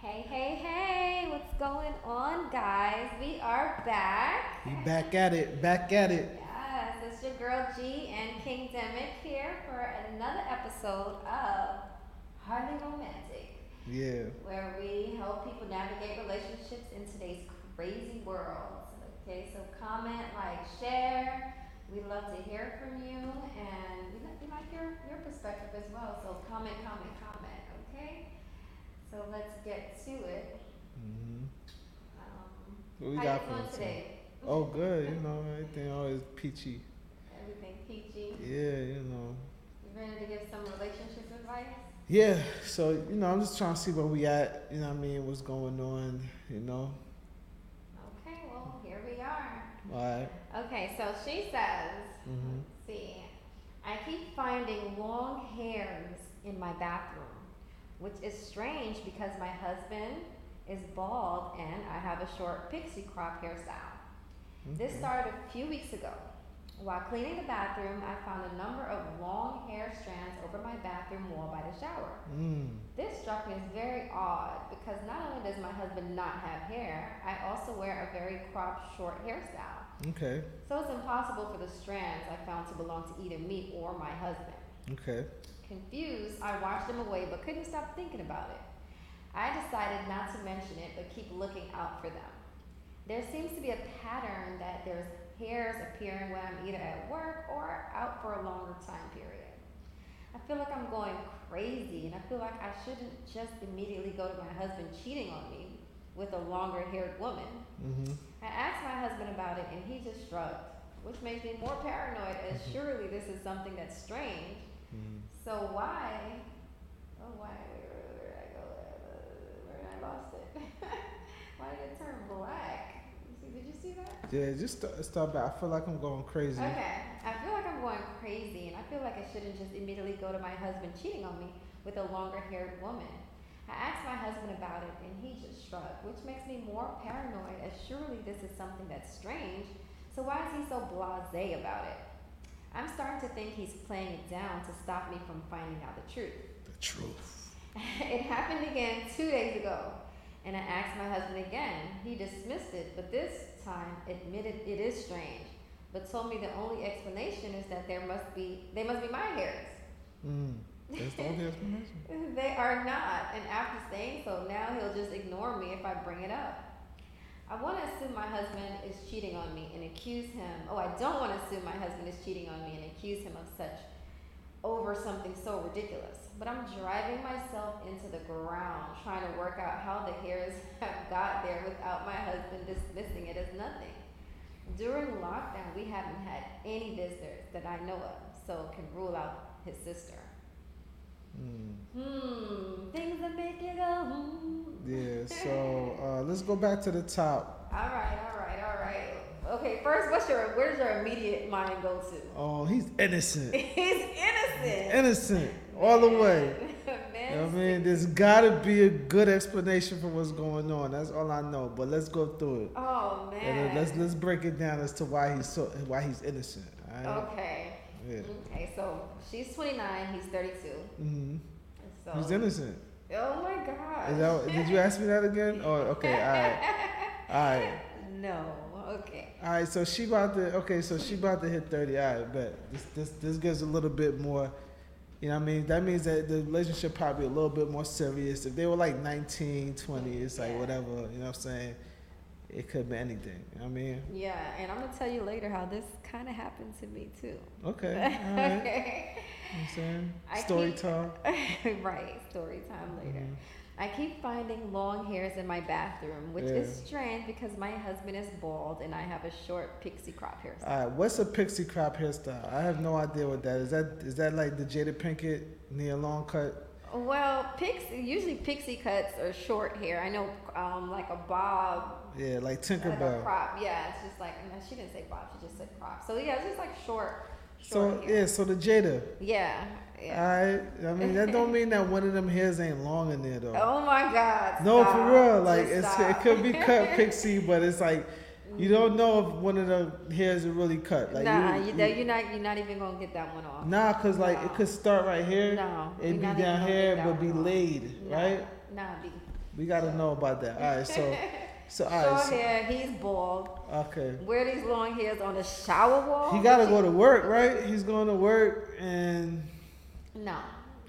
Hey, hey, hey, what's going on, guys? We are back. We back at it, back at it. Yes, it's your girl G and King Demic here for another episode of Hardly Romantic, Yeah. where we help people navigate relationships in today's crazy world. Okay, so comment, like, share. We love to hear from you, and we like, we like your, your perspective as well. So comment, comment, comment, okay? So let's get to it. hmm Um, What we Mm-hmm. How got you for doing us today? Oh, good. You know, everything always peachy. Everything peachy. Yeah, you know. You ready to give some relationship advice? Yeah. So you know, I'm just trying to see where we at. You know, what I mean, what's going on. You know. Okay, well, here we are. All right. Okay, so she says, Mhm. let's see, I keep finding long hairs in my bathroom, which is strange because my husband is bald and I have a short pixie crop hairstyle. This Okay. started a few weeks ago. While cleaning the bathroom, I found a number of long hair strands over my bathroom wall by the shower. Mm. This struck me as very odd because not only does my husband not have hair, I also wear a very cropped short hairstyle. Okay. So it's impossible for the strands I found to belong to either me or my husband. Okay. Confused, I washed them away but couldn't stop thinking about it. I decided not to mention it but keep looking out for them. There seems to be a pattern that there's hairs appearing when I'm either at work or out for a longer time period. I feel like I'm going crazy and I feel like I shouldn't just immediately go to my husband cheating on me with a longer haired woman. Mhm. I asked my husband about it and he just shrugged, which makes me more paranoid as surely this is something that's strange Mm. so why? Oh, why? Where did I go? Where did I lost it? why did it turn black? See, Did you see that? Yeah. Just st- stop back. I feel like I'm going crazy. Okay. I feel like I'm going crazy, and I feel like I shouldn't just immediately go to my husband cheating on me with a longer-haired woman. I asked my husband about it, and he just shrugged, which makes me more paranoid. As surely this is something that's strange. So why is he so blasé about it? I'm starting to think he's playing it down to stop me from finding out the truth. The truth. it happened again two days ago, and I asked my husband again. He dismissed it, but this time admitted it is strange, but told me the only explanation is that there must be they must be my hairs. Mm. That's the only explanation. They are not, and after saying so, now he'll just ignore me if I bring it up. I want to assume my husband is cheating on me and accuse him. Oh, I don't want to assume my husband is cheating on me and accuse him of such over something so ridiculous. But I'm driving myself into the ground trying to work out how the hairs have got there without my husband dismissing it as nothing. During lockdown, we haven't had any visitors that I know of, so can rule out his sister. Mm. Hmm, things that make you go. Hmm. Yeah. So uh, let's go back to the top. All right, all right, all right. Okay, first, what's your where does your immediate mind go to? Oh, he's innocent. He's innocent. innocent all the way. You know Man, what I mean, there's gotta be a good explanation for what's going on. That's all I know. But let's go through it. Oh And man. then let's let's break it down as to why he's so why he's innocent. All right? okay. Yeah. Okay, so she's 29, he's 32. hmm So. He's innocent. Oh my god. Is that, did you ask me that again? Oh, okay. All right. All right. No. Okay. All right. So she about to. Okay. So she about to hit thirty. All right. But this this this gives a little bit more. You know what I mean? That means that the relationship probably a little bit more serious. If they were like 19, 20, it's like Yeah. whatever, you know what I'm saying? It could be anything. You know what I mean? Yeah, and I'm gonna tell you later how this kind of happened to me too. Okay. All right. You know okay. what I'm saying? I Story keep- time. Mm-hmm. right. Story time later. I keep finding long hairs in my bathroom, which is Yeah. strange because my husband is bald and I have a short pixie crop hairstyle. All right. What's a pixie crop hairstyle? I have no idea what that is. That is that like the Jada Pinkett near long cut? Well, pixie usually pixie cuts are short hair. I know, um, like a bob, Yeah, like like Oh, a Tinkerbell. crop. Yeah, it's just like no, she didn't say bob, she just said crop. So yeah, it's just like short, short So hair. yeah, so the Jada. Yeah, yeah. All right. I mean, that don't mean that one of them hairs ain't long in there though. oh my God. No, stop. for Just real. Like it's, it stop. could be cut pixie, but it's like you don't know if one of the hairs are really cut. Like nah, you, you, you, you're not. You're not even gonna get that one off. nah, cause like No. it could start right here, No, it you're be not even down gonna here, get that but be one off. laid, Nah, right? Nah, be We got to know about that. All right, so so all Short right, so, hair, he's bald. okay. Wear these long hairs on the shower wall. He got to go to work, right? He's going to work and No. all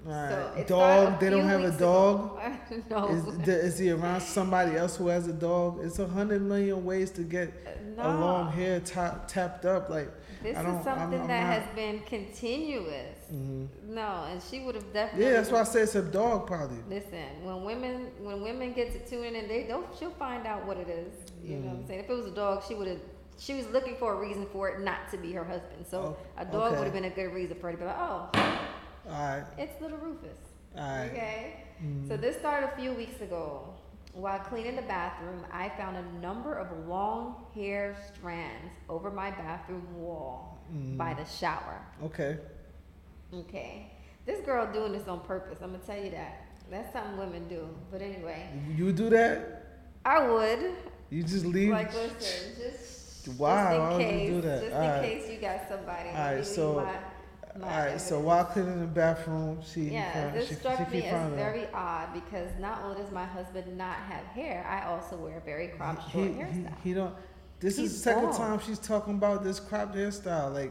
So right. it started dog. They don't few have a weeks dog. ago. no. Is, th- is he around somebody else who has a dog? It's a hundred million ways to get no. a long hair top, tapped up. Like, This I is don't- I'm- something I'm that not- has been continuous. mhm. No, and she would have definitely. yeah, that's why I say it's a dog probably. Listen, when women when women get to tune in, they don't. She'll find out what it is. You know what I'm Mm. saying? If it was a dog, she would have. She was looking for a reason for it not to be her husband. So Oh, a dog okay. would have been a good reason for her to be like, oh, All right, it's little Rufus. all right. Okay. Mhm. So this started a few weeks ago. While cleaning the bathroom, I found a number of long hair strands over my bathroom wall Mhm. by the shower. Okay. Okay. This girl doing this on purpose. I'm gonna tell you that. That's something women do. But anyway, You do that? I would You just leave? like listen, just Wow, why just would in you case, do that? just in Alright. case you got somebody. Let Alright, me leave so- my- All my right. So evidence. while cleaning the bathroom, she Yeah, found, this she, struck she me keep as finding out. very odd because not only does my husband not have hair, I also wear a very cropped he, short he, hairstyle. he don't. This He's is the second bald. time she's talking about this cropped hairstyle. Like,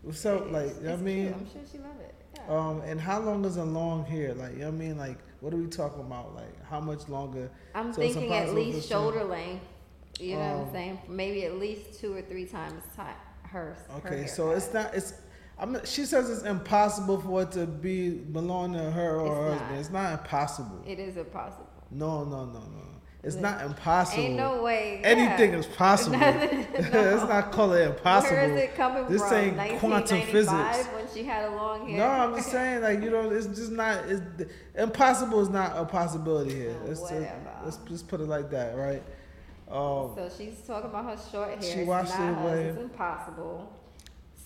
what's up? Like, It's- you it's know what I cute. mean, I'm sure she love it. Yeah. Um, and how long is a long hair? Like, you know what I mean? Like, what are we talking about? Like, how much longer? I'm so it's thinking at impossible least to assume. shoulder length. You know what Um, I'm saying? Maybe at least two or three times time, her. her Okay, hair so it's size. not. It's. I'm. not- She says it's impossible for it to be belong to her or It's her husband. not. It's not impossible. It is impossible. no, no, no, no. It's Listen, not impossible. Ain't no way. Anything yeah. is possible. Nothing- Let's no. not call it impossible. Where is it coming This from? ain't quantum 1995 physics. When she had a long hair. No, I'm just saying, like you know, it's just not. It's, impossible is not a possibility here. Oh, Let's, just, whatever. let's just put it like that, right? Um, So she's talking about her short hair. She it's washed not it hers, away. It's impossible.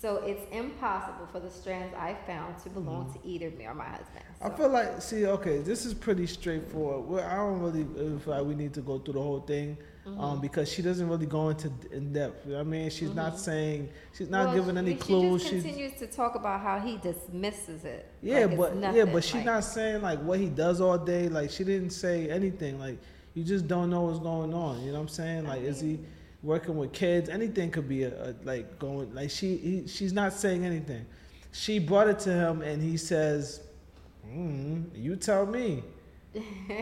So it's impossible for the strands I found to belong to either me or my husband. Hmm. I So- feel like, see, okay, this is pretty straightforward. Well, I don't really uh, feel like we need to go through the whole thing um, Mm-hmm. because she doesn't really go into d- in depth. You know what I mean, she's not saying, she's not Well, giving she- any she clues. She She's continues to talk about how he dismisses it. yeah, like it's but yeah, nothing, but she's like- not saying like what he does all day. Like she didn't say anything. Like you just don't know what's going on. You know what I'm saying? I Like is he working with kids? Anything could be a, a like going. Like she he, she's not saying anything. She brought it to him and he says, mm, "You tell me."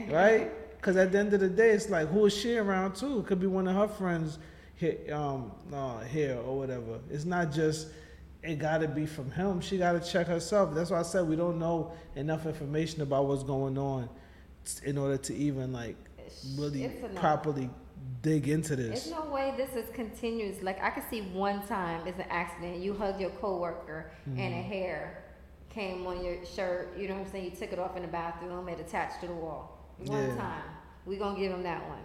right? Because at the end of the day, it's like who is she around too? It could be one of her friends here, um, uh, here or whatever. It's not just it got to be from him. She got to check herself. That's why I said we don't know enough information about what's going on t- in order to even like It's- really it's a no. properly dig into There's this. no way this is continuous. Like I could see one time it's an accident. You hugged your coworker and Mm-hmm. a hair came on your shirt. You know what I'm saying? You took it off in the bathroom. It attached to the wall. One Yeah. time. We gonna give him that one.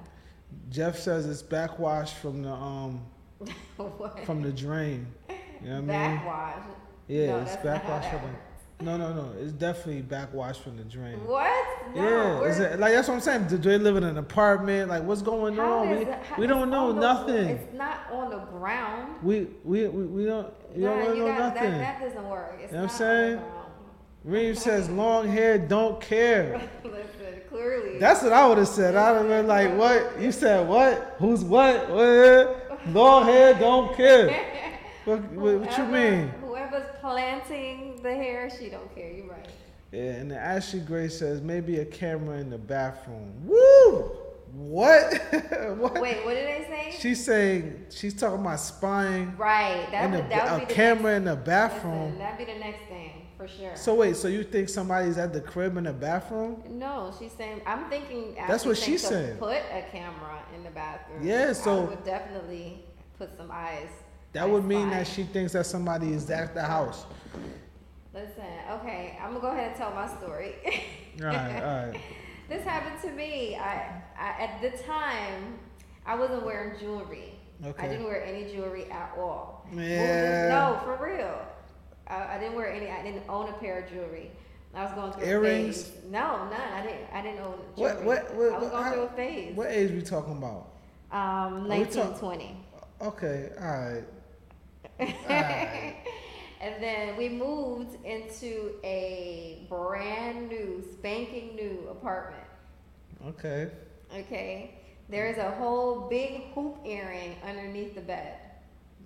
Jeff says it's backwash from the um what? from the drain. You know what I mean? Backwash. Yeah, No, it's that's not how backwash that from the. No, no, no. It's definitely backwash from the drain. What? No, yeah, we're- is it, like that's what I'm saying. Do they live in an apartment? Like, what's going how on? is We, it- how- we don't it's know on the- nothing. It's not on the ground. We we, we we don't we Nah, don't really know got- nothing. That, that doesn't work. It's You know not what I'm on Reem says long hair, don't the care. ground. Listen, clearly. That's what I would have said. I'd have been like, what? You said what? Who's what? What? Long hair, don't care. What, what, what you Whoever- mean? Whoever's planting the hair, she don't care. You're right. Yeah, and then Ashley Gray says maybe a camera in the bathroom. Woo! What? what? Wait, what did they say? She's saying she's talking about spying. right. That and would, a, that a would be the camera in the next, bathroom. Listen, that'd be the next thing for sure. So wait, so you think somebody's at the crib in the bathroom? no, she's saying. I'm thinking. That's Ashley what she thinks of said. Put a camera in the bathroom. Yeah, so- I would definitely put some eyes. That eyes would mean spying. that she thinks that somebody is at the house. Listen, okay, I'm gonna go ahead and tell my story. All right, all right. This happened to me. I, I at the time, I wasn't wearing jewelry. I Okay. didn't wear any jewelry at all. Well, Yeah. no, for real. I, I didn't wear any. I didn't own a pair of jewelry. I was going through a Earrings? phase. No, none. I didn't. I didn't own jewelry. What what what? I was what, going how- through a phase. what age we talking about? um, Are Oh, we talk- 1920. Okay, all right. Alright. and then we moved into a brand new, spanking new apartment. Okay. Okay. There is a whole big hoop earring underneath the bed.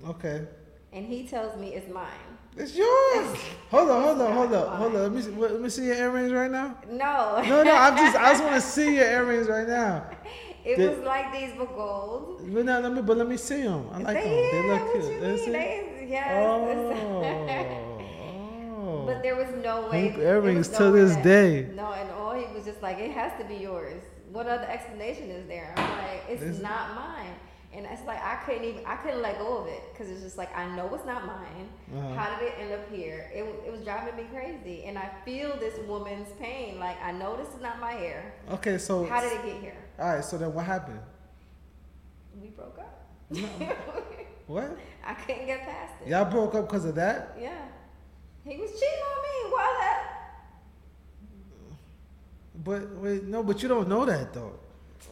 Okay. And he tells me it's mine. It's yours. Hold on, hold on, It's hold not on, hold on. mine. Let me see, what- let me see your earrings right now. No. No, no, I'm just I just want to see your earrings right now. it Did- was like these but gold. But now let me but let me see them. I like them. they, They yeah, look what cute. you Let's mean? see. They, yes. it's- Oh. but there was no way. Hoop there was earrings no to way this that- day. No, and all he was just like, it has to be yours. What other explanation is there? I'm like, it's This- not mine. And it's like I couldn't even I couldn't let go of it because it's just like I know it's not mine. Uh-huh. How did it end up here? It, w- it was driving me crazy, and I feel this woman's pain. Like I know this is not my hair. okay, so How did it get here? all right, so then what happened? We broke up. No. What? I couldn't get past it. Y'all broke up because of that? Yeah. He was cheating on me. Why that? But wait, no, but you don't know that though.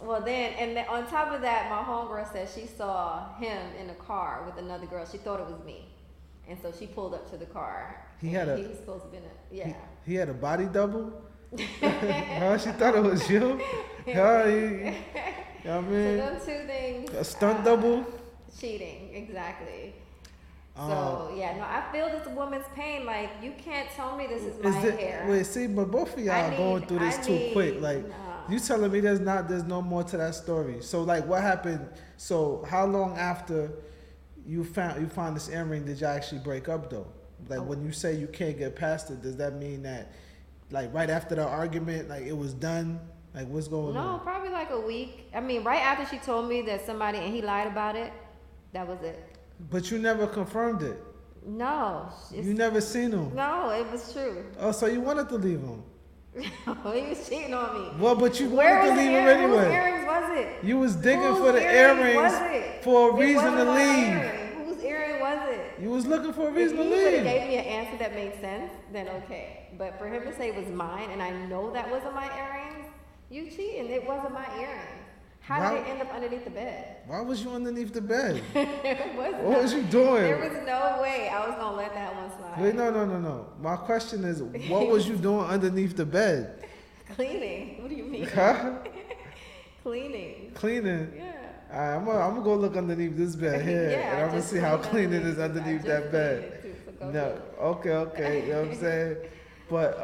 Well, then, and then on top of that, my homegirl said she saw him in a car with another girl. She thought it was me. And so she pulled up to the car. He and had a- He was supposed to be in a. Yeah. He, he had a body double. huh? She thought it was you. Huh? He, you know what I So mean? those two things. Mm. A stunt uh, double. Cheating, exactly. Um, so yeah, no, I feel this woman's pain. Like you can't tell me this is my is it- hair. Wait, see, but both of y'all I are going need- through this I too quick. need- Like nah. you telling me there's not there's no more to that story. So like what happened? So how long after you found you found this earring did y'all actually break up though? Like when you say you can't get past it, does that mean that like right after the argument, like it was done? Like what's going No, on? probably like a week. I mean, right after she told me that somebody and he lied about it, that was it. But you never confirmed it. No, it's- you never seen him. no, it was true. Oh, so you wanted to leave him? he was cheating on me. Well, but you Where was wanted to the leave him earring? Whose anyway. earrings was it? You was digging Whose for the earring earrings was it? for a It reason to wasn't my leave. earring. Whose earring was it? You was looking for a If reason he to would have leave. gave me an answer that made sense, then okay. But for him to say it was mine, and I know that wasn't my earrings, you cheating. It wasn't my earrings. How Why- did it end up underneath the bed? Why was you underneath the bed? it was What was you doing? There was no way I was gonna let that one slide. Wait, no, no, no, no. My question is, what was you doing underneath the bed? Cleaning. What do you mean? Huh? Cleaning. Cleaning. Yeah. All right, I'm gonna, I'm gonna go look underneath this bed here, Yeah, and I I'm gonna just see how cleaned clean it is I underneath just that bed. cleaned it too, so go No, do it. okay, okay, you know what I'm saying? But um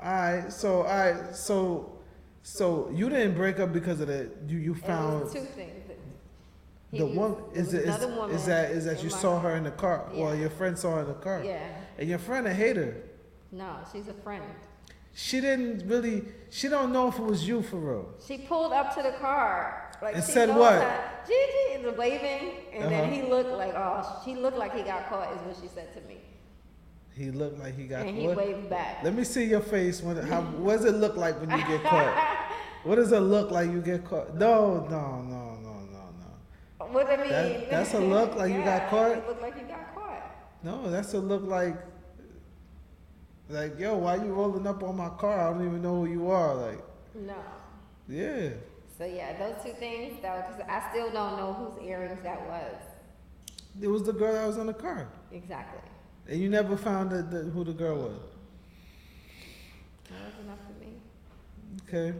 all right, so all right, so so you didn't break up because of the you you It was found two things. He the was- one it is was it is, another woman is that is that in you my- saw her in the car or Yeah. your friend saw her in the car Yeah. and your friend a hater No, she's a friend. she didn't really she don't know if it was you for real She pulled up to the car. Like And she said knows what? how- Gigi is waving, and then Uh-huh. he looked like oh, she looked like he got caught is what she said to me, he looked like he got and he what? waved back. let me see your face when how what does it look like when you get caught what does it look like you get caught no no no no no no What I mean? That- that's a look like you got Yeah, caught? It looked like you got caught. No, that's a look like, like yo, why you rolling up on my car? I don't even know who you are. Like, No. yeah, So yeah, those two things though, because I still don't know whose earrings that was it was the girl that was on the car, exactly. and you never found the, the, who the girl was. That was enough for me. Okay,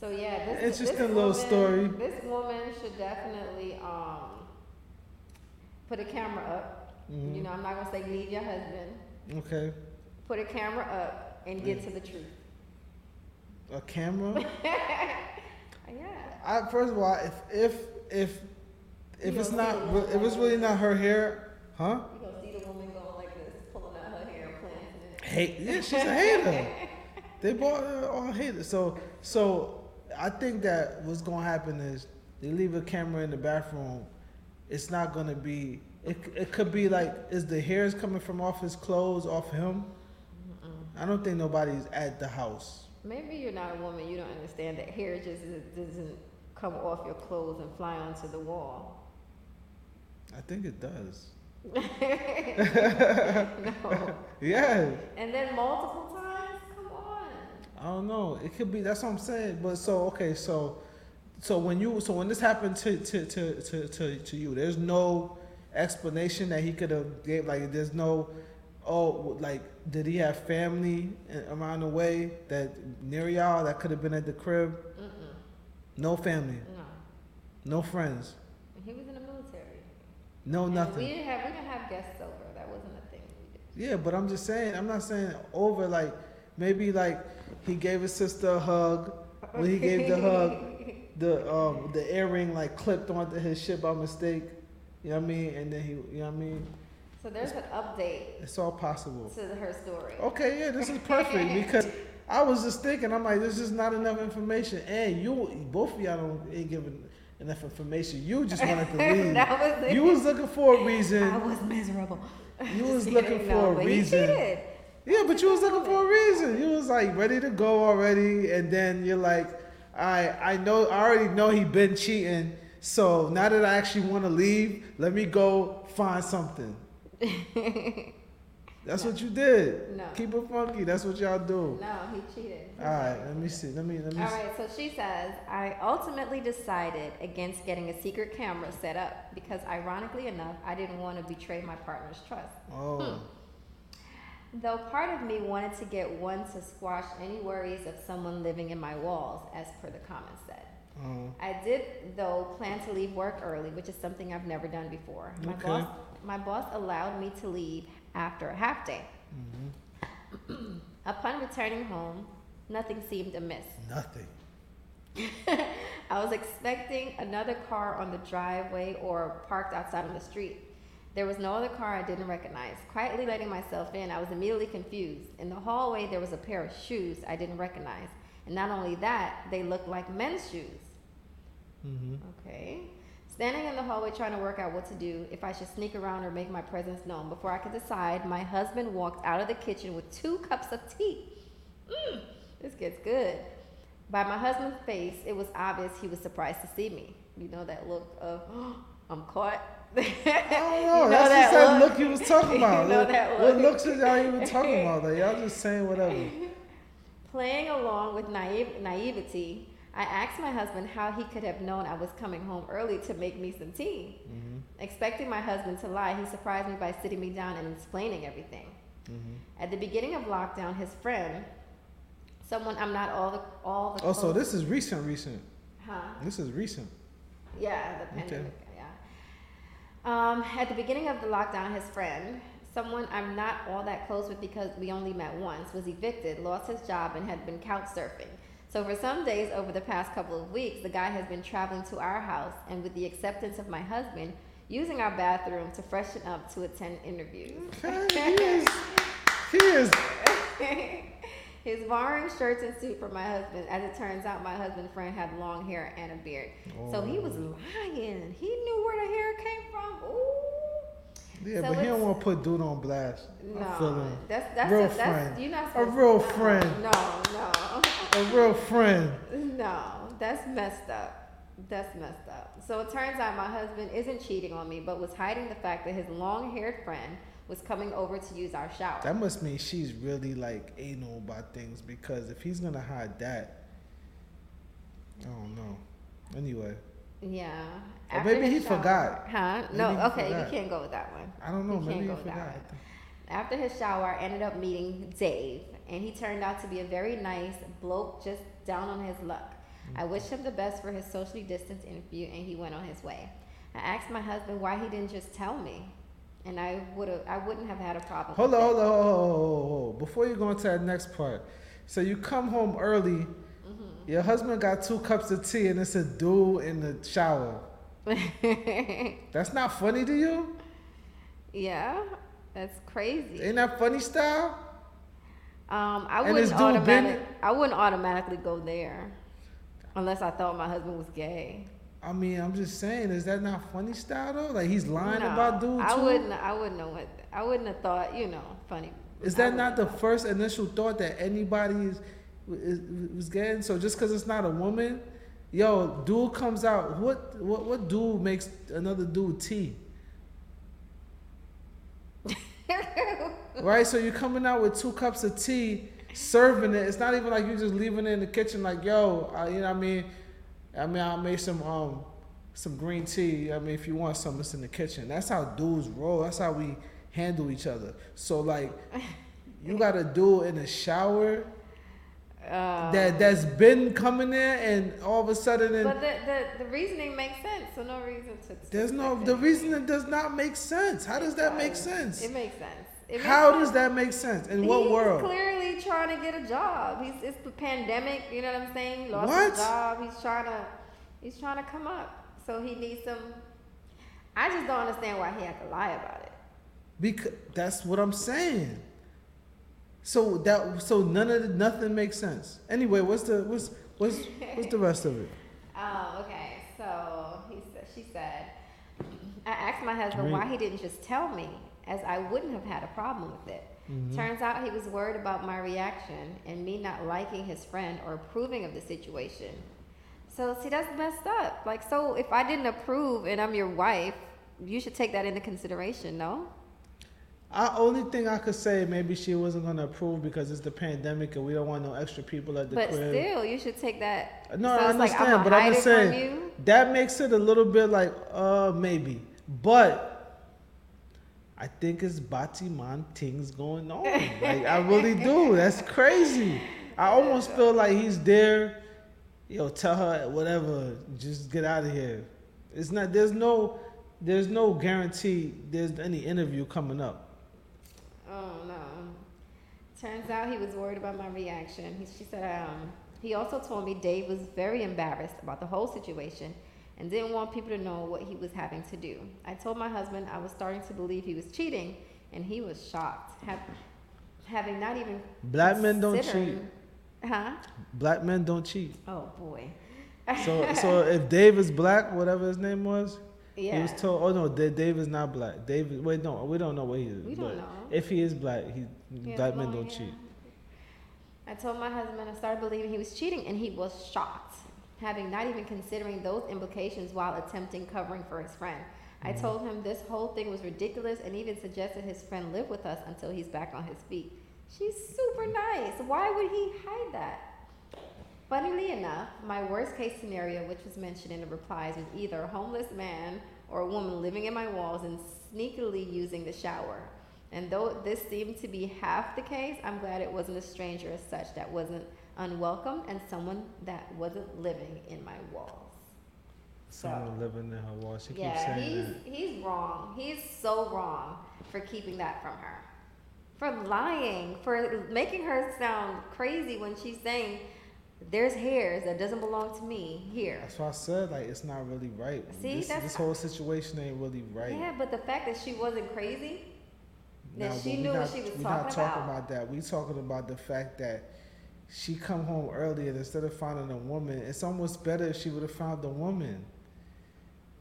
So yeah, this Interesting this little woman- story. This woman should definitely um, put a camera up. Mhm. You know, I'm not gonna say leave your husband. okay, Put a camera up and Mm. get to the truth. a camera. Uh, Yeah. I first of all, if if if if You it's gonna not, see re- if it's really not her hair, huh? You gonna see the woman going like this, pulling out her hair and planting it. Hate, yeah, she's a hater. They bought her all hater. So, so I think that what's gonna happen is they leave a camera in the bathroom. It's not gonna be. It, it could be like, is the hairs coming from off his clothes, off him? I don't think nobody's at the house. Maybe you're not a woman. You don't understand that hair just is- doesn't come off your clothes and fly onto the wall. I think it does. No. Yeah, and then multiple times. Come on. I don't know. It could be. That's what I'm saying. But so okay, so so when you so when this happened to to to to to, to you, there's no explanation that he could have gave. Like there's no. Oh, like did he have family a- around the way that near y'all that could have been at the crib? Mm-mm. No family. No. No friends. And He was in the military. No And Oh, nothing. We didn't have we didn't have guests over. That wasn't a thing we did. Yeah, but I'm just saying, I'm not saying over like maybe like he gave his sister a hug. When he gave the hug, The um the earring like clipped onto his shit by mistake. You know what I mean? And then he you know what I mean? So there's an update It's all possible. to her story. Okay, yeah, this is perfect because I was just thinking, I'm like, there's just not enough information. And you both of y'all don't ain't giving enough information. You just wanted to leave. that was it. You was looking for a I reason. was miserable. You was Just looking kidding, for no, a but he reason. cheated. Yeah, but you was looking for a reason. You was like ready to go already, and then you're like, I I know I already know he been cheating. So now that I actually want to leave, let me go find something. That's what you did. No. Keep it funky. That's what y'all do. No, he cheated. All right, let me see. Let me let me. All see. right, so she says, I ultimately decided against getting a secret camera set up because, ironically enough, I didn't want to betray my partner's trust. Oh, Hmm. Though part of me wanted to get one to squash any worries of someone living in my walls, as per the comments said. oh, I did, though, plan to leave work early, which is something I've never done before. My Okay. boss, my boss allowed me to leave after a half day. mm-hmm. Upon returning home, nothing seemed amiss. nothing. I was expecting another car on the driveway or parked outside on the street. There was no other car I didn't recognize. Quietly letting myself in, I was immediately confused. In the hallway, there was a pair of shoes I didn't recognize. And not only that, they looked like men's shoes. Mm-hmm. Okay. Standing in the hallway trying to work out what to do, if I should sneak around or make my presence known. Before I could decide, my husband walked out of the kitchen with two cups of tea. Mm, this gets good. By my husband's face, it was obvious he was surprised to see me. You know that look of, I'm caught. I I don't know. That's just that look you was talking about. you know What- that What look. looks are y'all even talking about? Like y'all just saying whatever. Playing along with naive, naivety, I asked my husband how he could have known I was coming home early to make me some tea. hmm Expecting my husband to lie, he surprised me by sitting me down and explaining everything. hmm At the beginning of lockdown, his friend, someone I'm not all the all the Oh, so close- this is recent, recent. huh? This is recent. Yeah, the Okay. pandemic. Yeah. Um, at the beginning of the lockdown, his friend, someone I'm not all that close with because we only met once, was evicted, lost his job, and had been couch surfing. So for some days over the past couple of weeks, the guy has been traveling to our house, and with the acceptance of my husband, using our bathroom to freshen up to attend interviews. Okay, he is. He is. He's borrowing shirts and suit from my husband. As it turns out, my husband friend had long hair and a beard. So he was Oh. lying. He knew where the hair came from. Ooh. Yeah, so but he don't it's- want to put dude on blast. I feel No. him. That's that's Real a, that's friend. you're A not supposed to- real no, friend. No, no. A real friend. No. That's messed up. That's messed up. So it turns out my husband isn't cheating on me, but was hiding the fact that his long haired friend was coming over to use our shower. That must mean she's really like anal about things because if he's gonna hide that, I don't know. Anyway, yeah. Or After maybe his he shower- forgot. Huh? Maybe no, he okay, forgot. you can't go with that one. I don't know. You Maybe can't he go with forgot. that one. After his shower, I ended up meeting Dave, and he turned out to be a very nice bloke, just down on his luck. Mm. I wished him the best for his socially distanced interview, and he went on his way. I asked my husband why he didn't just tell me, and I would have, I wouldn't have had a problem. Hold with on, it. hold on, hold on, hold on, hold on, hold on. Before you go into that next part, so you come home early. Mm-hmm. Your husband got two cups of tea and it's a dude in the shower. That's not funny to you? yeah, that's crazy. Ain't that funny style? Um, I And wouldn't this dude been- automatic, I wouldn't automatically go there, unless I thought my husband was gay. I mean, I'm just saying, is that not funny style though? Like he's lying No, about dude too. I wouldn't. I wouldn't know what. I wouldn't have thought. You know, funny. Is I that wouldn't not the have thought. first initial thought that anybody is, is was getting? So just because it's not a woman, yo, dude comes out. What what what dude makes another dude tea? right. So you're coming out with two cups of tea, serving it. It's not even like you just leaving it in the kitchen. Like yo, I, you know what I mean? I mean I made some um some green tea. I mean if you want some, it's in the kitchen. That's how dudes roll. That's how we handle each other. So like. You got a dude in the shower Um, that that's been coming there, and all of a sudden, But and the, the, the reasoning makes sense, so no reason to. there's no the reason it does not make sense. How does that make sense? It makes sense. It makes How sense. does that make sense? In what He's world? clearly trying to get a job. He's it's the pandemic. You know what I'm saying? Lost What? his job. He's trying to he's trying to come up. So he needs some. I just don't understand why he had to lie about it. Because that's what I'm saying. So that so none of the, nothing makes sense. Anyway, what's the what's what's what's the rest of it? Oh, okay. So he said, she said, I asked my husband Right. why he didn't just tell me, as I wouldn't have had a problem with it. Mm-hmm. Turns out he was worried about my reaction and me not liking his friend or approving of the situation. So see, that's messed up. Like, so if I didn't approve and I'm your wife, you should take that into consideration, no? I only thing I could say maybe she wasn't gonna approve because it's the pandemic and we don't want no extra people at the but crib. still, you should take that. No, so I it's like, understand, I'ma but I'm hide just it from saying you? that makes it a little bit like, uh, maybe. But I think it's Batiman things going on. like I really do. That's crazy. I almost feel like he's there. Yo, tell her whatever. Just get out of here. It's not. There's no. There's no guarantee. There's any interview coming up. Oh no. Turns out he was worried about my reaction. He, she said, um, he also told me Dave was very embarrassed about the whole situation and didn't want people to know what he was having to do. I told my husband I was starting to believe he was cheating, and he was shocked, ha- having not even Black men don't cheat. considering- Huh? Black men don't cheat. Oh boy. So, so if Dave is black, whatever his name was, Yeah. He was told, oh no, Da- Dave is not black. Dave, is- wait, no, we don't know what he is. We don't but know. If he is black, he, Yeah, black men long don't hair. cheat. I told my husband I started believing he was cheating, and he was shocked, having not even considering those implications while attempting covering for his friend. I Mm-hmm. told him this whole thing was ridiculous, and even suggested his friend live with us until he's back on his feet. She's super nice. Why would he hide that? Funnily enough, my worst case scenario, which was mentioned in the replies, was either a homeless man or a woman living in my walls and sneakily using the shower. And though this seemed to be half the case, I'm glad it wasn't a stranger as such that wasn't unwelcome and someone that wasn't living in my walls. Someone living in her wall. She keeps yeah, saying he's that. he's wrong. He's so wrong for keeping that from her. For lying, for making her sound crazy when she's saying there's hairs that doesn't belong to me here. That's why I said like it's not really right. See, this, that's- this whole situation ain't really right. Yeah, but the fact that she wasn't crazy, that Nah, she but we knew what not, she was we talking not talking about. about. that. We talking about the fact that she come home earlier instead of finding a woman. It's almost better if she would have found a woman.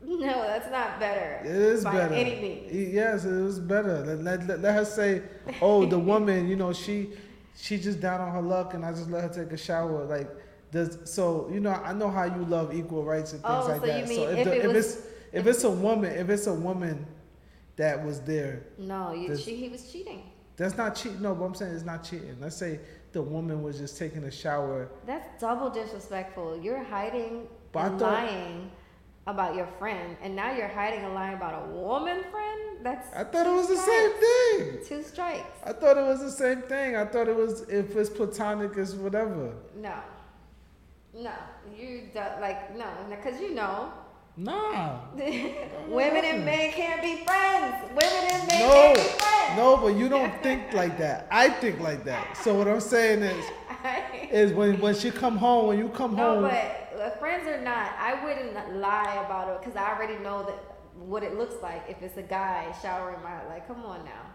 no, that's not better. It is by better. any means. Y- Yes, it was better. Let, let, let, let her say, oh, the woman, you know, she she just down on her luck, and I just let her take a shower. Like, does so you know, I know how you love equal rights and things Oh, like so that. you mean so if, if the, it if was- it's if it's a woman, if it's a woman that was there, No, you, This- she, he was cheating. that's not cheating. No, but I'm saying it's not cheating. Let's say the woman was just taking a shower. That's double disrespectful. You're hiding But I and thought- lying about your friend, and now you're hiding and lying about a woman friend. That's I thought it two was the same strikes. thing. Two strikes. I thought it was the same thing. I thought it was if it's platonic, it's whatever. No, no, you do, like no, because you know, Nah. women and men can't be friends. Women and men No, can't be friends. no, but you don't think like that. I think like that. So what I'm saying is, is when when she come home, when you come No, home, but uh, friends or not, I wouldn't lie about it because I already know that what it looks like if it's a guy showering my like. Come on now,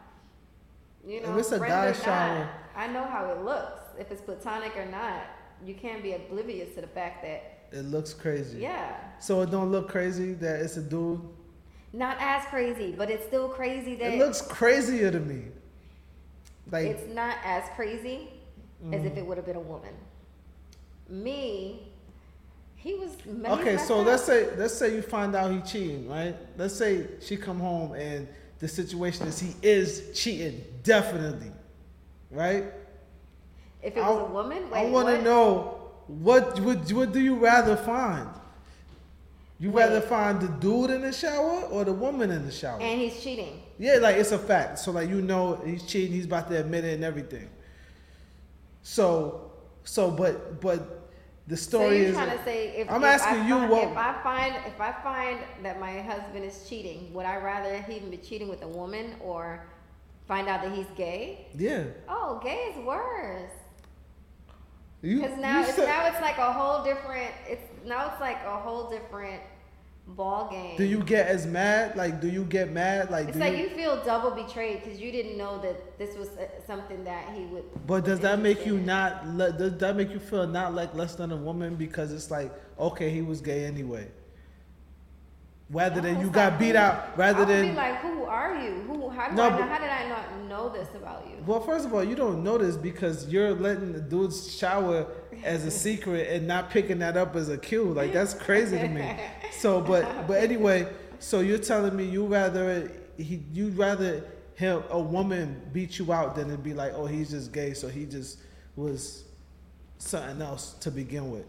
you know. If it's a friends or guy not, shower- I know how it looks. If it's platonic or not, you can't be oblivious to the fact that it looks crazy. yeah, So it don't look crazy that it's a dude. not as crazy, but it's still crazy that It looks crazier to me. Like it's not as crazy as Mm. if it would have been a woman. Me, he was messed okay, so up. let's say let's say you find out he cheating, right? Let's say she come home and the situation is he is cheating, definitely, right? if it was I- a woman. I Wait, want to what? know what would what do you rather find? You Wait. rather find the dude in the shower or the woman in the shower? And he's cheating. yeah, like it's a fact. So like you know he's cheating, he's about to admit it and everything. So So, but but the So story you're is. trying to say if I'm if asking I you find, what- if I find if I find that my husband is cheating, would I rather he even be cheating with a woman or find out that he's gay? Yeah. Oh, gay is worse. You, Because now, you it's, said- now it's like a whole different. It's now it's like a whole different ball game. do you get as mad? Like, do you get mad? Like, It's do like you, you feel double betrayed because you didn't know that this was uh, something that he would. But does was that make you interested in. not? le- Does that make you feel not like less than a woman because it's like okay, he was gay anyway. No, Rather than you it's got like, beat who- out, rather I would than be like, who are you? Who? How do No, I know? but- How did I not know this about you? well, first of all, you don't notice because you're letting the dudes shower as a secret and not picking that up as a cue. Like that's crazy to me. So, but but anyway, so you're telling me you rather he you rather him a woman beat you out than it be like oh he's just gay so he just was something else to begin with.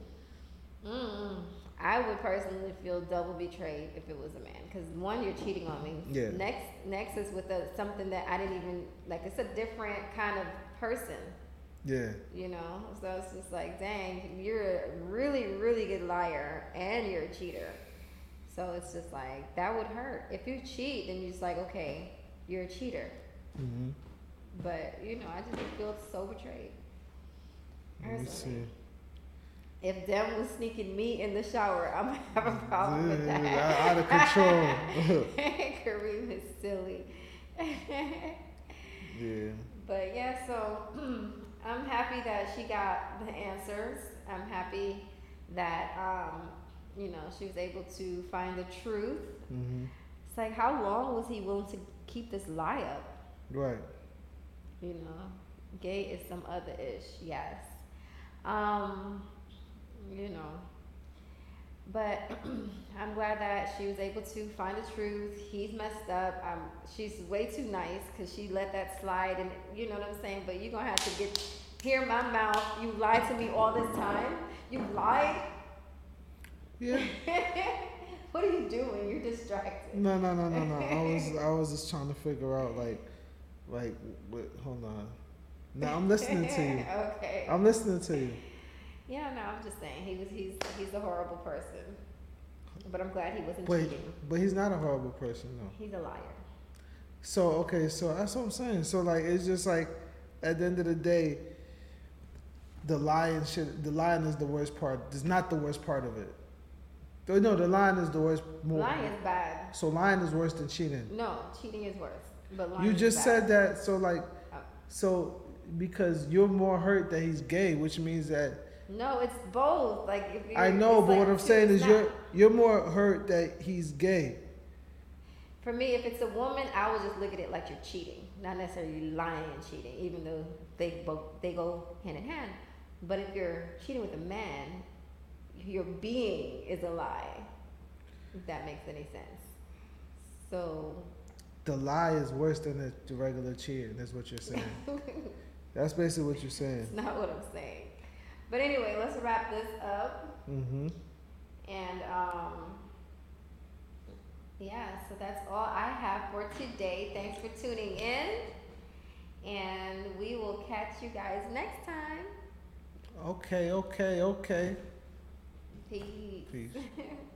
Mm. I would personally feel double betrayed if it was a man, because one, you're cheating on me. Yeah. Next, next is with a, something that I didn't even like. It's a different kind of person, Yeah. you know. So it's just like, dang, you're a really, really good liar, and you're a cheater. So it's just like that would hurt. If you cheat, then you're just like, okay, you're a cheater. Mm-hmm. But you know, I just feel so betrayed. Let me see. personally. If them was sneaking me in the shower, I'm gonna have a problem with that. Yeah, out of control. Kareem is silly. yeah. but yeah, so I'm happy that she got the answers. I'm happy that um, you know she was able to find the truth. hmm It's like how long was he willing to keep this lie up? Right. You know, gay is some other ish. Yes. Um, you know. But I'm glad that she was able to find the truth. He's messed up. Um, she's way too nice because she let that slide, and you know what I'm saying. But you're gonna have to get hear my mouth. You lied to me all this time. You lied. Yeah. what are you doing? You're distracted. No, no, no, no, no. I was, I was just trying to figure out, like, like, what? Hold on. No, I'm listening to you. okay. I'm listening to you. Yeah, no, I'm just saying he was he's he's a horrible person. But I'm glad he wasn't Wait. Oh. cheating. But he's not a horrible person, though. He's a liar. So okay, so that's what I'm saying. So like, it's just like, at the end of the day, the lion shit. The lion is the worst part. It's not the worst part of it. Oh, No, the lion is the worst. More. Lying is bad. So lying is worse than cheating. No, cheating is worse. But lying You is just bad. said that, so like, Oh. so because you're more hurt that he's gay, which means that No, it's both. Like if you I know, it's but like what I'm two- saying it's is not- you're you're more hurt that he's gay. For me, if it's a woman, I would just look at it like you're cheating, not necessarily lying and cheating, even though they both they go hand in hand. But if you're cheating with a man, your being is a lie. If that makes any sense. So The lie is worse than the, the regular cheating. That's what you're saying. That's basically what you're saying. It's not what I'm saying. But anyway, let's wrap this up. Mm-hmm. And um, yeah, so that's all I have for today. Thanks for tuning in. And we will catch you guys next time. Okay, okay, okay. Peace. Peace.